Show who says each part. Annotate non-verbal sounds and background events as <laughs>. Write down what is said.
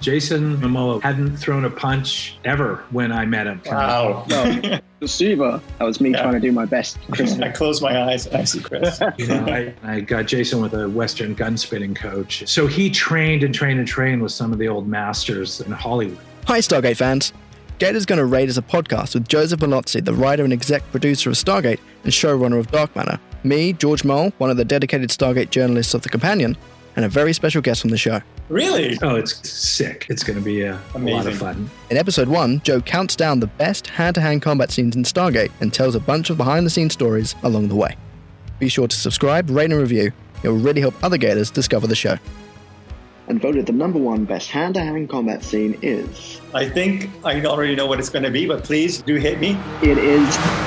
Speaker 1: Jason Momoa hadn't thrown a punch ever when I met him.
Speaker 2: Wow.
Speaker 3: No, Suva. That was me
Speaker 2: Yeah.
Speaker 3: trying to do my best.
Speaker 4: <laughs>
Speaker 3: Chris.
Speaker 2: I close my eyes and I see Chris.
Speaker 1: You know, I, I got Jason with a Western gun spinning coach. So he trained and trained and trained with some of the old masters in Hollywood.
Speaker 4: Hi, Stargate fans. Gator's Gonna Raid is a podcast with Joseph Malozzi, the writer and exec producer of Stargate and showrunner of Dark Matter, me, George Mole, one of the dedicated Stargate journalists of The Companion, and a very special guest from the show.
Speaker 2: really?
Speaker 1: Oh, it's sick. It's going to be a, a lot
Speaker 2: Amazing.
Speaker 1: of fun.
Speaker 4: In episode 1, Joe counts down the best hand to hand combat scenes in Stargate and tells a bunch of behind the scenes stories along the way. Be sure to subscribe, rate, and review. It will really help other Gators discover the show.
Speaker 3: and voted the number one best hand-to-hand combat scene is.
Speaker 2: I think I already know what it's going to be, but please do hit me.
Speaker 3: It is